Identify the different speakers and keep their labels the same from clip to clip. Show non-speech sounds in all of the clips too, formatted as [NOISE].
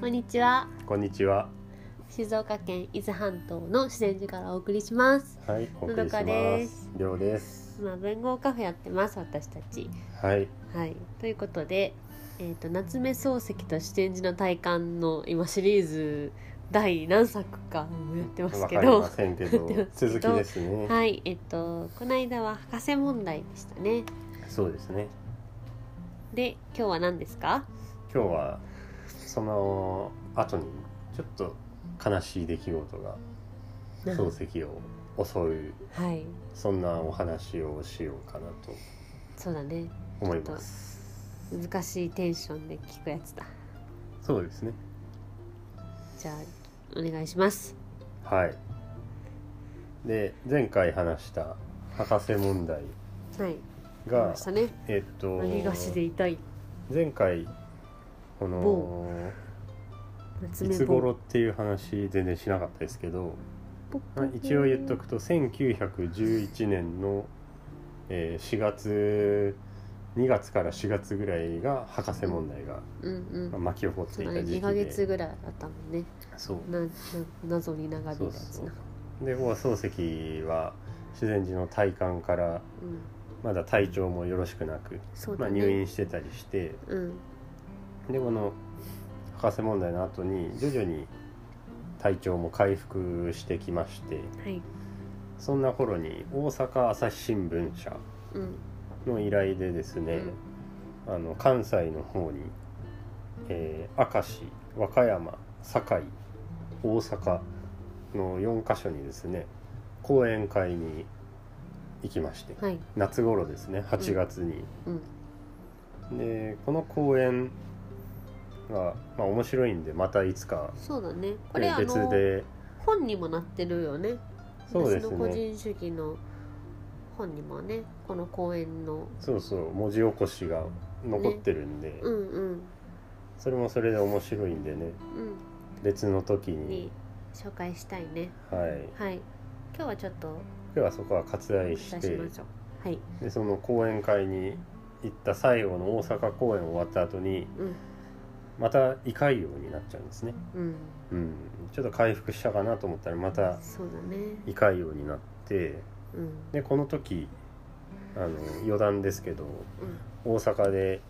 Speaker 1: こんにちは
Speaker 2: こんにちは。
Speaker 1: 静岡県伊豆半島の自然寺からお送りします
Speaker 2: はい、お送りし
Speaker 1: のどかで
Speaker 2: ますす。りょうです。
Speaker 1: 今文豪カフェやってます私たち
Speaker 2: はい、
Speaker 1: はいということでえっ、と夏目漱石と自然寺の体感の今シリーズ第何作かもうやってます
Speaker 2: わ
Speaker 1: け
Speaker 2: かり
Speaker 1: ど
Speaker 2: ませんけど
Speaker 1: やってま、 [LAUGHS] すけど
Speaker 2: 続きですね。
Speaker 1: はいえっ、とこの間は博士問題でしたね
Speaker 2: そうですね。
Speaker 1: で今日は何ですか
Speaker 2: 今日はその後にちょっと悲しい出来事が漱石を襲う
Speaker 1: はい
Speaker 2: そんなお話をしようかなと
Speaker 1: そうだね
Speaker 2: 思います。
Speaker 1: 難しいテンションで聞くやつだ
Speaker 2: そうですね。
Speaker 1: じゃあお願いします
Speaker 2: はい。で前回話した博士問題
Speaker 1: はいあり
Speaker 2: が
Speaker 1: ましたね
Speaker 2: えっと
Speaker 1: 何がしで痛い
Speaker 2: 前回こ
Speaker 1: 某
Speaker 2: の
Speaker 1: 夏
Speaker 2: い
Speaker 1: 目
Speaker 2: つ頃っていう話全然しなかったですけど、まあ一応言っとくと1911年の、えー4月2月から4月ぐらいが博士問題が
Speaker 1: うんうん
Speaker 2: まあ巻き起こっ
Speaker 1: そ
Speaker 2: て
Speaker 1: う
Speaker 2: い
Speaker 1: だ
Speaker 2: た
Speaker 1: ね
Speaker 2: 時
Speaker 1: 2
Speaker 2: 期
Speaker 1: ヶ月
Speaker 2: で
Speaker 1: ぐらいあったもんね
Speaker 2: そう
Speaker 1: なな謎に長引いた
Speaker 2: そ
Speaker 1: や
Speaker 2: う
Speaker 1: つな
Speaker 2: そうそうで王漱石は自然寺の体感から
Speaker 1: うん
Speaker 2: まだ体調もよろしくなく、
Speaker 1: そうだ
Speaker 2: まあ、
Speaker 1: ね、
Speaker 2: 入院してたりして
Speaker 1: うん
Speaker 2: でこの博士問題の後に徐々に体調も回復してきまして
Speaker 1: はい
Speaker 2: そんな頃に大阪朝日新聞社
Speaker 1: うん
Speaker 2: の依頼でですね、あの関西の方に、えー明石和歌山堺大阪の4カ所にですね講演会に行きまして
Speaker 1: はい
Speaker 2: 夏頃ですね8月に、
Speaker 1: うん
Speaker 2: でこの講演が、まあ、面白いんでまたいつか、
Speaker 1: そうだねこれ、
Speaker 2: ね、
Speaker 1: あ
Speaker 2: 別
Speaker 1: の
Speaker 2: で
Speaker 1: 本にもなってるよね
Speaker 2: そうです
Speaker 1: 私の個
Speaker 2: ね
Speaker 1: 人主義の本にもねこの公演の
Speaker 2: そうそう文字起こしが残ってるんで、
Speaker 1: うんうん
Speaker 2: それもそれで面白いんでね別の時
Speaker 1: うんに
Speaker 2: に、
Speaker 1: 紹介したいね
Speaker 2: はい、
Speaker 1: はい今日はちょっと
Speaker 2: 今日はそこは割愛
Speaker 1: 出
Speaker 2: し
Speaker 1: しま
Speaker 2: て
Speaker 1: しょうはい
Speaker 2: でその講演会に行った最後の大阪公演終わった後に
Speaker 1: うん
Speaker 2: また胃潰瘍になっちゃうんですね、
Speaker 1: うん
Speaker 2: うん、ちょっと回復したかなと思ったらまた
Speaker 1: そうだね
Speaker 2: 胃潰瘍になって
Speaker 1: うん
Speaker 2: でこの時あの余談ですけど
Speaker 1: うん
Speaker 2: 大阪で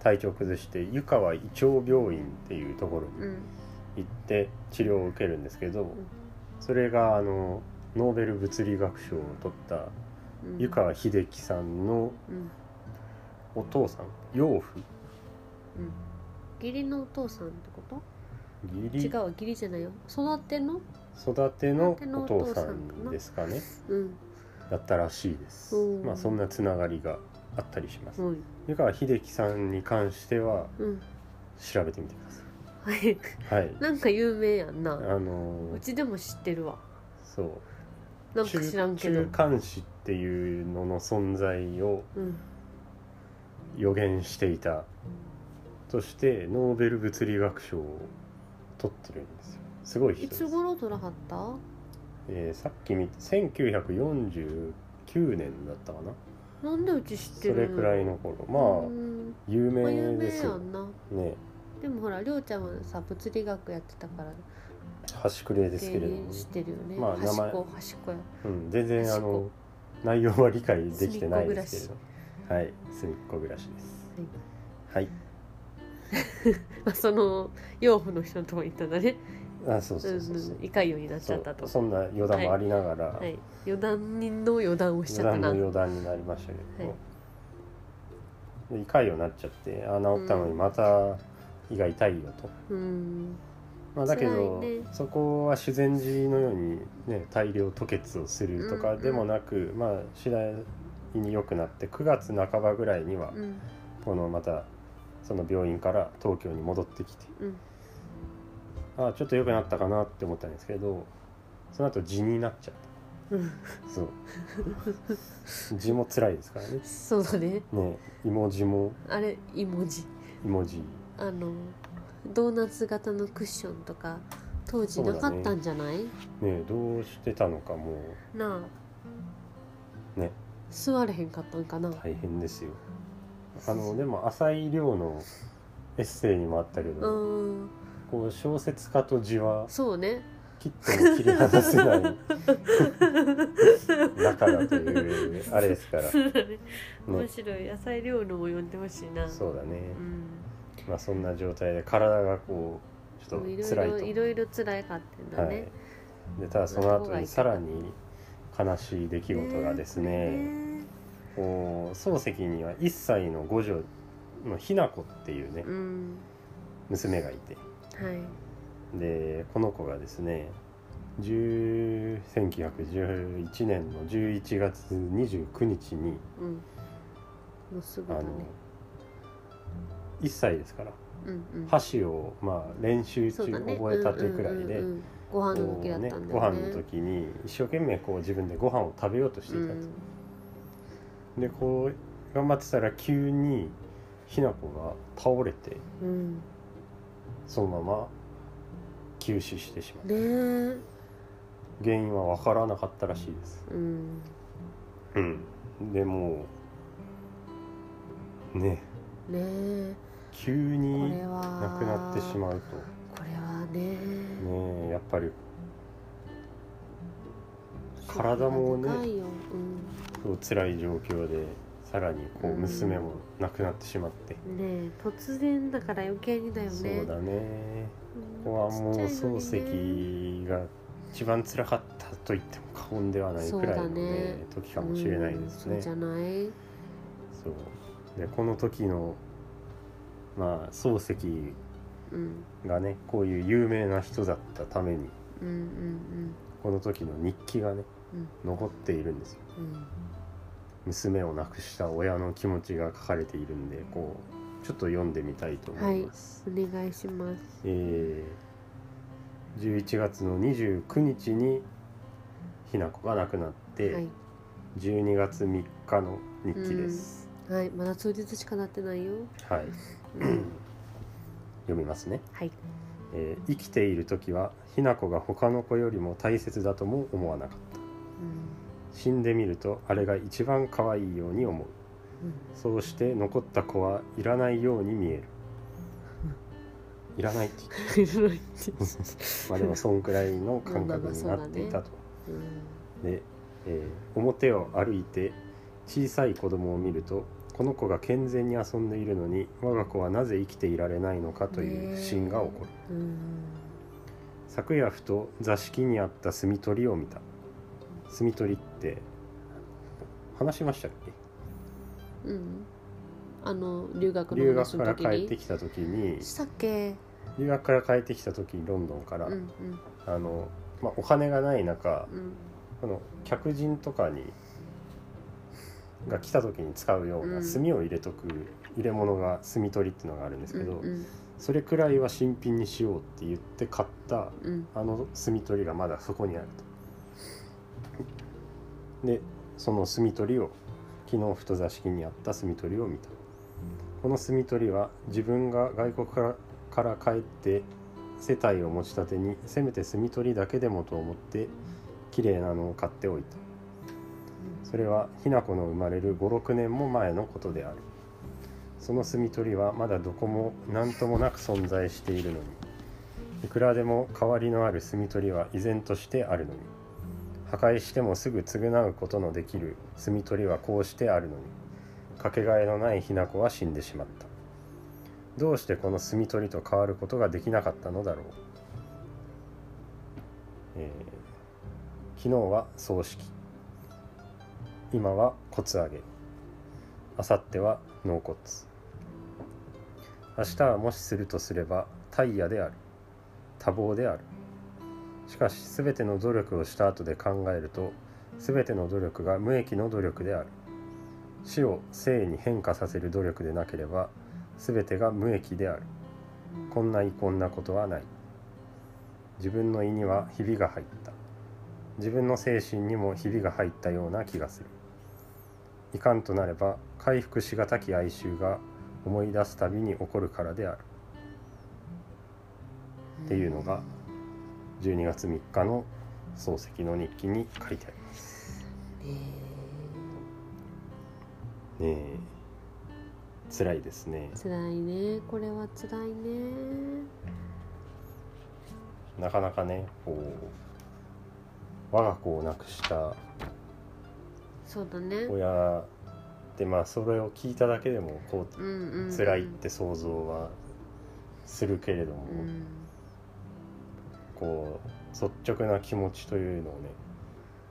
Speaker 2: 体調崩して湯川胃腸病院っていうところ
Speaker 1: うん
Speaker 2: に行って治療を受けるんですけどそれがあのノーベル物理学賞を取った
Speaker 1: うん
Speaker 2: 湯川秀樹さんの
Speaker 1: うん
Speaker 2: お父さん養父
Speaker 1: うん義理のお父さんってこと
Speaker 2: 義理
Speaker 1: 違うわ義理じゃないよ育ての
Speaker 2: 育ての
Speaker 1: 育ての
Speaker 2: お
Speaker 1: お父さ
Speaker 2: 父さ
Speaker 1: んかなん
Speaker 2: ですかね
Speaker 1: うん
Speaker 2: だったらしいです
Speaker 1: うん
Speaker 2: まあそんなつながりがあったりします
Speaker 1: はい
Speaker 2: 湯川秀樹さんに関しては
Speaker 1: うん
Speaker 2: 調べてみてくださ
Speaker 1: はい [LAUGHS]
Speaker 2: いはい
Speaker 1: なんか有名やん
Speaker 2: あ
Speaker 1: な
Speaker 2: の
Speaker 1: う
Speaker 2: ー
Speaker 1: ちでも知ってるわ
Speaker 2: そう
Speaker 1: なんか知らんけど
Speaker 2: 中中間子っていうのの存在を
Speaker 1: うん
Speaker 2: 予言していたとしてノーベル物理学賞を取ってるんですよすごい人
Speaker 1: い
Speaker 2: で
Speaker 1: つ
Speaker 2: す、
Speaker 1: 頃取らはった
Speaker 2: えーさっき見て1949年だったかな
Speaker 1: なんでうち知って
Speaker 2: そ
Speaker 1: る
Speaker 2: れくらいの頃
Speaker 1: う
Speaker 2: まあ
Speaker 1: ん
Speaker 2: 有
Speaker 1: まあ有
Speaker 2: 名
Speaker 1: 名
Speaker 2: です
Speaker 1: や
Speaker 2: よ
Speaker 1: んな
Speaker 2: ね
Speaker 1: でもほらりょうちゃんはさ物理学やってたから
Speaker 2: 端くれですけれども
Speaker 1: 知ってるよね
Speaker 2: まあ名前
Speaker 1: 端っこ端っこや
Speaker 2: うん、全然
Speaker 1: 端
Speaker 2: あ
Speaker 1: っこ
Speaker 2: の内容は理解できてないですけれどはい隅っこ暮らしですはい、
Speaker 1: ま [LAUGHS] あその養父の人のとこ行ったんだね
Speaker 2: あそう
Speaker 1: うん
Speaker 2: そうそうそう
Speaker 1: うん胃潰瘍になっち
Speaker 2: そ
Speaker 1: ゃった
Speaker 2: う
Speaker 1: と
Speaker 2: そんな余談もありながら、
Speaker 1: はい、余談人の余談をしち
Speaker 2: 余
Speaker 1: ゃった
Speaker 2: 談の
Speaker 1: な。
Speaker 2: 余談になりましたけど、
Speaker 1: は
Speaker 2: で胃潰瘍になっちゃってあ治ったのにまた胃が痛いよと、
Speaker 1: うん、
Speaker 2: まあ、だけど、
Speaker 1: 辛いね
Speaker 2: そこは修善寺のように、ね、大量吐血をするとかでもなく、まあ、次第に良くなって9月半ばぐらいには、
Speaker 1: うん、
Speaker 2: このまたその病院から東京に戻ってきて、
Speaker 1: うん
Speaker 2: あちょっと良くなったかなって思ったんですけどその後痔になっちゃっ
Speaker 1: うん、
Speaker 2: たそう痔も辛いですからね
Speaker 1: そうだね。
Speaker 2: ねえ芋痔も
Speaker 1: あれ、イモジ、
Speaker 2: 芋痔
Speaker 1: あの、ドーナツ型のクッションとか。当時なかったんじゃない。
Speaker 2: ねえどうしてたのかも
Speaker 1: なあ。
Speaker 2: ね。
Speaker 1: 座れへんかったんかな。
Speaker 2: う大変ですよあのでも浅井亮のエッセイにもあったけ
Speaker 1: う
Speaker 2: ど、
Speaker 1: ん、
Speaker 2: こう小説家と字は
Speaker 1: そうね
Speaker 2: 切っても切り離せ
Speaker 1: [LAUGHS]
Speaker 2: ない仲だ
Speaker 1: [LAUGHS]
Speaker 2: というあれですから、ね、
Speaker 1: そうだね面白い野菜料理も読んでほしいな
Speaker 2: そうだね、
Speaker 1: うん
Speaker 2: まあ、そんな状態で体がこうちょっ
Speaker 1: もうい
Speaker 2: と
Speaker 1: ろい
Speaker 2: 辛いと
Speaker 1: ろいろいろ辛いかってんだ
Speaker 2: はい
Speaker 1: ね、、
Speaker 2: でただその後にさらに悲しい出来事がですね
Speaker 1: ね
Speaker 2: こう漱石には1歳の五女のひな子っていうね
Speaker 1: うん
Speaker 2: 娘がいて
Speaker 1: はい
Speaker 2: でこの子がですね10 1911年の11月29日に
Speaker 1: うんもうすぐ
Speaker 2: あ
Speaker 1: だ
Speaker 2: の
Speaker 1: ね
Speaker 2: 1歳ですから
Speaker 1: うんうん
Speaker 2: 箸をまあ練習中
Speaker 1: そうだね
Speaker 2: 覚えたてくらい
Speaker 1: うんうん
Speaker 2: で
Speaker 1: うんうんご飯の
Speaker 2: こ
Speaker 1: 時だった
Speaker 2: う
Speaker 1: ん
Speaker 2: ね
Speaker 1: だよね
Speaker 2: ご飯の時に一生懸命こう自分でご飯を食べようとしていたと。でこう頑張ってたら急にひな子が倒れて
Speaker 1: うん、うん、
Speaker 2: そのまま急死してしまう
Speaker 1: ねえ
Speaker 2: 原因は分からなかったらしいです、
Speaker 1: うん
Speaker 2: うん、でもうね
Speaker 1: ねえ
Speaker 2: 急
Speaker 1: こ
Speaker 2: に
Speaker 1: れは
Speaker 2: 亡くなってしまう
Speaker 1: これはね
Speaker 2: とねえやっぱり体もね
Speaker 1: 深いよう
Speaker 2: そう辛い状況でさらにこう
Speaker 1: うん
Speaker 2: 娘も亡くなってしまって、
Speaker 1: ん、ねえ突然だから余計にだよね
Speaker 2: そうだねここはもう
Speaker 1: ちっちゃいのにね
Speaker 2: 漱石が一番辛かったと言っても過言ではないくらい
Speaker 1: そうだ
Speaker 2: の、ね
Speaker 1: ね
Speaker 2: 時かもしれないですね。
Speaker 1: うん、
Speaker 2: そ
Speaker 1: そううじゃない
Speaker 2: でこの時のまあ漱石
Speaker 1: うん
Speaker 2: がねこういう有名な人だったために
Speaker 1: うんうん
Speaker 2: この時の日記がね、
Speaker 1: うん
Speaker 2: 残っているんですよ。
Speaker 1: うんうん
Speaker 2: 娘を亡くした親の気持ちが書かれているんでこうちょっと読んでみたいと思います。
Speaker 1: お願いします。
Speaker 2: えー11月の29日にひな子が亡くなって、
Speaker 1: はい、
Speaker 2: 12月3日の日記です、
Speaker 1: はい、まだ数日しかなってないよ。
Speaker 2: はい読みますね、
Speaker 1: はい、
Speaker 2: えー生きている時はひな子が他の子よりも大切だとも思わなかった
Speaker 1: う、
Speaker 2: 死んでみるとあれが一番可愛いように思うんそうして残った子はいらないように見えるいらないって言って
Speaker 1: うん、
Speaker 2: まあでもそんくらいの感覚になっていたと
Speaker 1: うん
Speaker 2: で、えー表を歩いて小さい子供を見るとこの子が健全に遊んでいるのに我が子はなぜ生きていられないのかという不審が起こる、
Speaker 1: うん、
Speaker 2: 昨夜ふと座敷にあった炭取りを見た炭取りって話しましたっ
Speaker 1: うん、あの留学
Speaker 2: け
Speaker 1: の
Speaker 2: 留
Speaker 1: 話
Speaker 2: 学か
Speaker 1: の
Speaker 2: ら
Speaker 1: 時に
Speaker 2: 帰ってきた時に
Speaker 1: したっけ、
Speaker 2: 留学から帰ってきた時にロンドンか
Speaker 1: う
Speaker 2: ら、
Speaker 1: んうん
Speaker 2: あのまあ、お金がない中
Speaker 1: うん
Speaker 2: この客人とかにが来た時に使うよう
Speaker 1: う
Speaker 2: なん炭を入れとく入れ物が炭取りっていうのがあるんです
Speaker 1: う
Speaker 2: けど、
Speaker 1: ん
Speaker 2: それくらいは新品にしようって言って買った
Speaker 1: うん
Speaker 2: あの炭取りがまだそこにあると。でその炭取りを昨日ふと座敷にあった炭取りを見たこの炭取りは自分が外国からから帰って世帯を持ちたてにせめて炭取りだけでもと思って綺麗なのを買っておいたそれはひな子の生まれる56年も前のことであるその住み取りはまだどこも何ともなく存在しているのにいくらでも変わりのある住み取りは依然としてあるのに破壊してもすぐ償うことのできる住み取りはこうしてあるのにかけがえのないひな子は死んでしまったどうしてこの住み取りと変わることができなかったのだろう、えー昨日は葬式今は骨上げ明後日は納骨明日はもしするとすればタイヤである多忙であるしかし全ての努力をした後で考えると全ての努力が無益の努力である死を生に変化させる努力でなければ全てが無益であるこんな遺恨なことはない自分の胃にはひびが入った自分の精神にもひびが入ったような気がするいかんとなれば回復しがたき哀愁が思い出すたびに起こるからであるっていうのが12月3日の漱石の日記に書いてあります
Speaker 1: ね
Speaker 2: ねえ辛いですね
Speaker 1: え辛いねこれは辛いね
Speaker 2: なかなかねこう我が子を亡くした
Speaker 1: そうだね
Speaker 2: 親でまあそれを聞いただけでもこ
Speaker 1: うんうん、う、
Speaker 2: うん辛いって想像はするけれども、
Speaker 1: うん
Speaker 2: こう率直な気持ちというのをね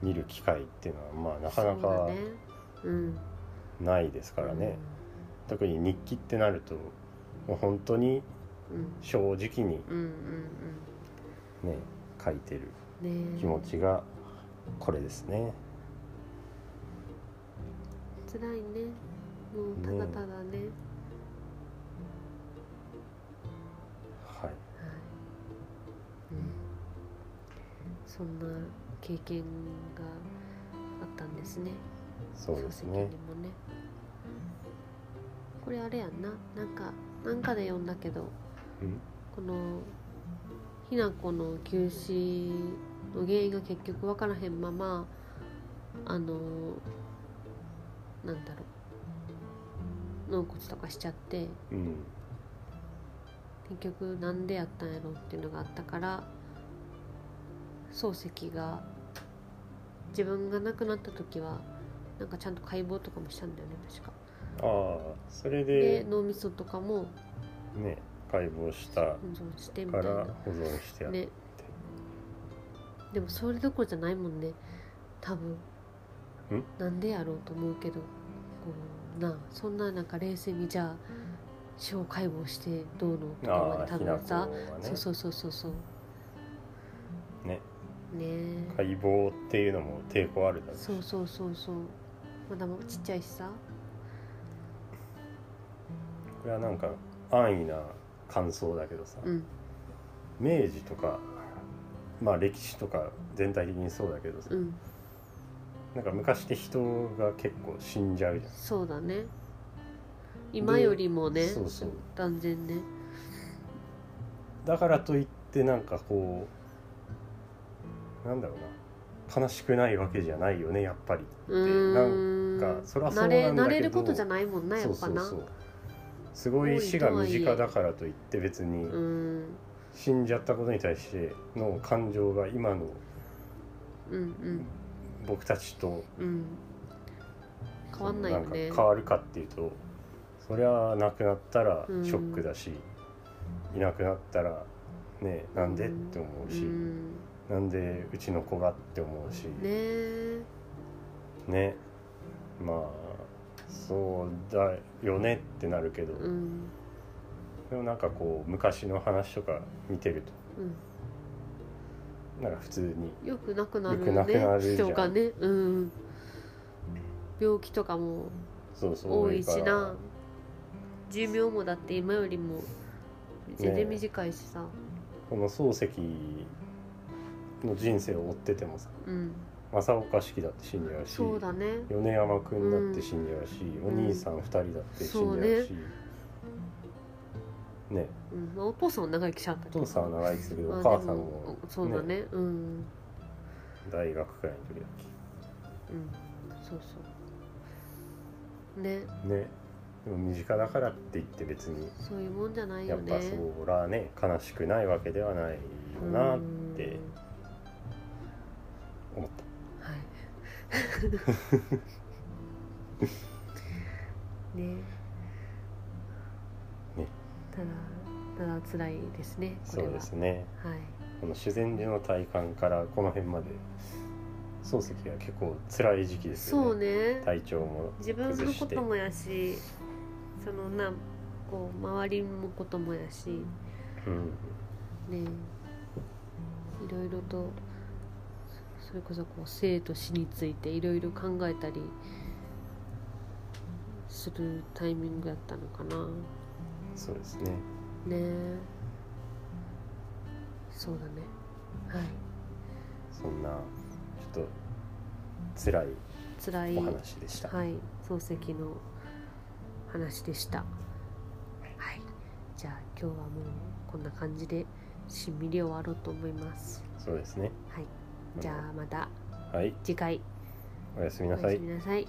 Speaker 2: 見る機会っていうのはまあなかな
Speaker 1: そうだ
Speaker 2: か
Speaker 1: ねうん
Speaker 2: ないですからね特に日記ってなるともう本当に
Speaker 1: うん
Speaker 2: 正直に
Speaker 1: うんうん
Speaker 2: ね書いてる
Speaker 1: うんねえ
Speaker 2: 気持ちがこれですね。
Speaker 1: 辛いねもうただただね
Speaker 2: はい
Speaker 1: はいうんそんな経験があったんですね
Speaker 2: そうです
Speaker 1: 漱石
Speaker 2: ね
Speaker 1: に。もねこれあれやんななんかなんかで読んだけど
Speaker 2: うん
Speaker 1: このひなこの急死の原因が結局分からへんままあのなんだろう納骨とかしちゃって
Speaker 2: うん、
Speaker 1: 結局なんでやったんやろっていうのがあったから漱石が自分が亡くなった時はなんかちゃんと解剖とかもしたんだよね確か。
Speaker 2: ああそれ
Speaker 1: で
Speaker 2: で
Speaker 1: 脳みそとかも
Speaker 2: ね解剖した
Speaker 1: 保存してみた
Speaker 2: か
Speaker 1: い
Speaker 2: ら
Speaker 1: な。
Speaker 2: 保存してある、
Speaker 1: ねでもそれどころじゃないもんね多分
Speaker 2: ん
Speaker 1: なんでやろうと思うけどこうなあそんななんか冷静にじゃあ司法解剖してどうのとかま
Speaker 2: あ
Speaker 1: で
Speaker 2: あ
Speaker 1: 多
Speaker 2: ひな
Speaker 1: 分
Speaker 2: こ
Speaker 1: さ
Speaker 2: は、ね
Speaker 1: そうそうそうそうそう
Speaker 2: ね
Speaker 1: ねえ
Speaker 2: 解剖っていうのも抵抗あるだろうし
Speaker 1: そうそうそうそうまだちっちゃいしさ
Speaker 2: これはなんか安易な感想だけどさ、
Speaker 1: うん
Speaker 2: 明治とかまあ歴史とか全体的にそうだけどさ、
Speaker 1: うん
Speaker 2: なんか昔って人が結構死んじゃうじゃん
Speaker 1: そうだね今よりもね
Speaker 2: そうそう
Speaker 1: 断然ね
Speaker 2: だからといってなんかこうなんだろうな悲しくないわけじゃないよねやっぱり
Speaker 1: うーん
Speaker 2: なんかそらそ
Speaker 1: 慣
Speaker 2: うなんだけ
Speaker 1: れ
Speaker 2: ど
Speaker 1: 慣れることじゃないもんなやっぱな
Speaker 2: そうそうそうすごい死が身近だからといって別に
Speaker 1: うん
Speaker 2: 死んじゃったことに対しての感情が今の
Speaker 1: うんうん
Speaker 2: 僕たちと
Speaker 1: うん変わんないよね
Speaker 2: んか変わるかっていうとそりゃ亡くなったらショックだし、いなくなったらねなんでって思うし、
Speaker 1: うん
Speaker 2: なんでうちの子がって思うし
Speaker 1: ねえ
Speaker 2: ねまあそうだよねってなるけど、
Speaker 1: うん
Speaker 2: でもなんかこう昔の話とか見てる
Speaker 1: う
Speaker 2: となんか普通
Speaker 1: ん
Speaker 2: に
Speaker 1: よくなくなる
Speaker 2: よくな
Speaker 1: よ
Speaker 2: く
Speaker 1: ね
Speaker 2: なるじゃ
Speaker 1: 人
Speaker 2: ん
Speaker 1: がねうん病気とかも
Speaker 2: そうそう
Speaker 1: 多いし
Speaker 2: だから
Speaker 1: な寿命もだって今よりも全然短いしさ、
Speaker 2: この漱石の人生を追っててもさ
Speaker 1: うん
Speaker 2: 正岡式だって死んじゃうし
Speaker 1: そうだね
Speaker 2: 米山くんだって死んじゃうし、
Speaker 1: ん
Speaker 2: お兄さん2人だって死んじゃうし、ね
Speaker 1: うんまあ、お父さんは長生きしちゃったけ
Speaker 2: お
Speaker 1: ど
Speaker 2: 父さんは長生きするけど、
Speaker 1: まあ
Speaker 2: お母さん
Speaker 1: で
Speaker 2: も
Speaker 1: そうだねうん
Speaker 2: 大学くらいの時だっ
Speaker 1: うんそうそうね
Speaker 2: けねでも身近だからって言って別に
Speaker 1: そういうもんじゃない
Speaker 2: や
Speaker 1: よ
Speaker 2: っ
Speaker 1: ね
Speaker 2: ぱそらね悲しくないわけではないよなって
Speaker 1: うん
Speaker 2: 思った、 [LAUGHS]
Speaker 1: はいね
Speaker 2: ね
Speaker 1: ただただ辛いですねこれ
Speaker 2: そ
Speaker 1: は
Speaker 2: うですね
Speaker 1: はい
Speaker 2: この修善寺の体感からこの辺まで漱石は結構辛い時期です
Speaker 1: そ
Speaker 2: よ
Speaker 1: う
Speaker 2: ね
Speaker 1: ね
Speaker 2: 体調も
Speaker 1: 自分のこともやしそのなこう周りのこともやしね
Speaker 2: うん
Speaker 1: いろいろとそれこそこう生と死についていろいろ考えたりするタイミングだったのかな。
Speaker 2: そうですね
Speaker 1: ねえそうだねはい
Speaker 2: そんなちょっと辛い
Speaker 1: 辛い
Speaker 2: お話でした。
Speaker 1: はい漱石の話でしたはいじゃあ今日はもうこんな感じでしんみり終わろうと思います
Speaker 2: そうですね。
Speaker 1: はいじゃあまた
Speaker 2: はい、
Speaker 1: 次回
Speaker 2: おやすみ
Speaker 1: お
Speaker 2: なさ
Speaker 1: や
Speaker 2: い
Speaker 1: すみ。なさい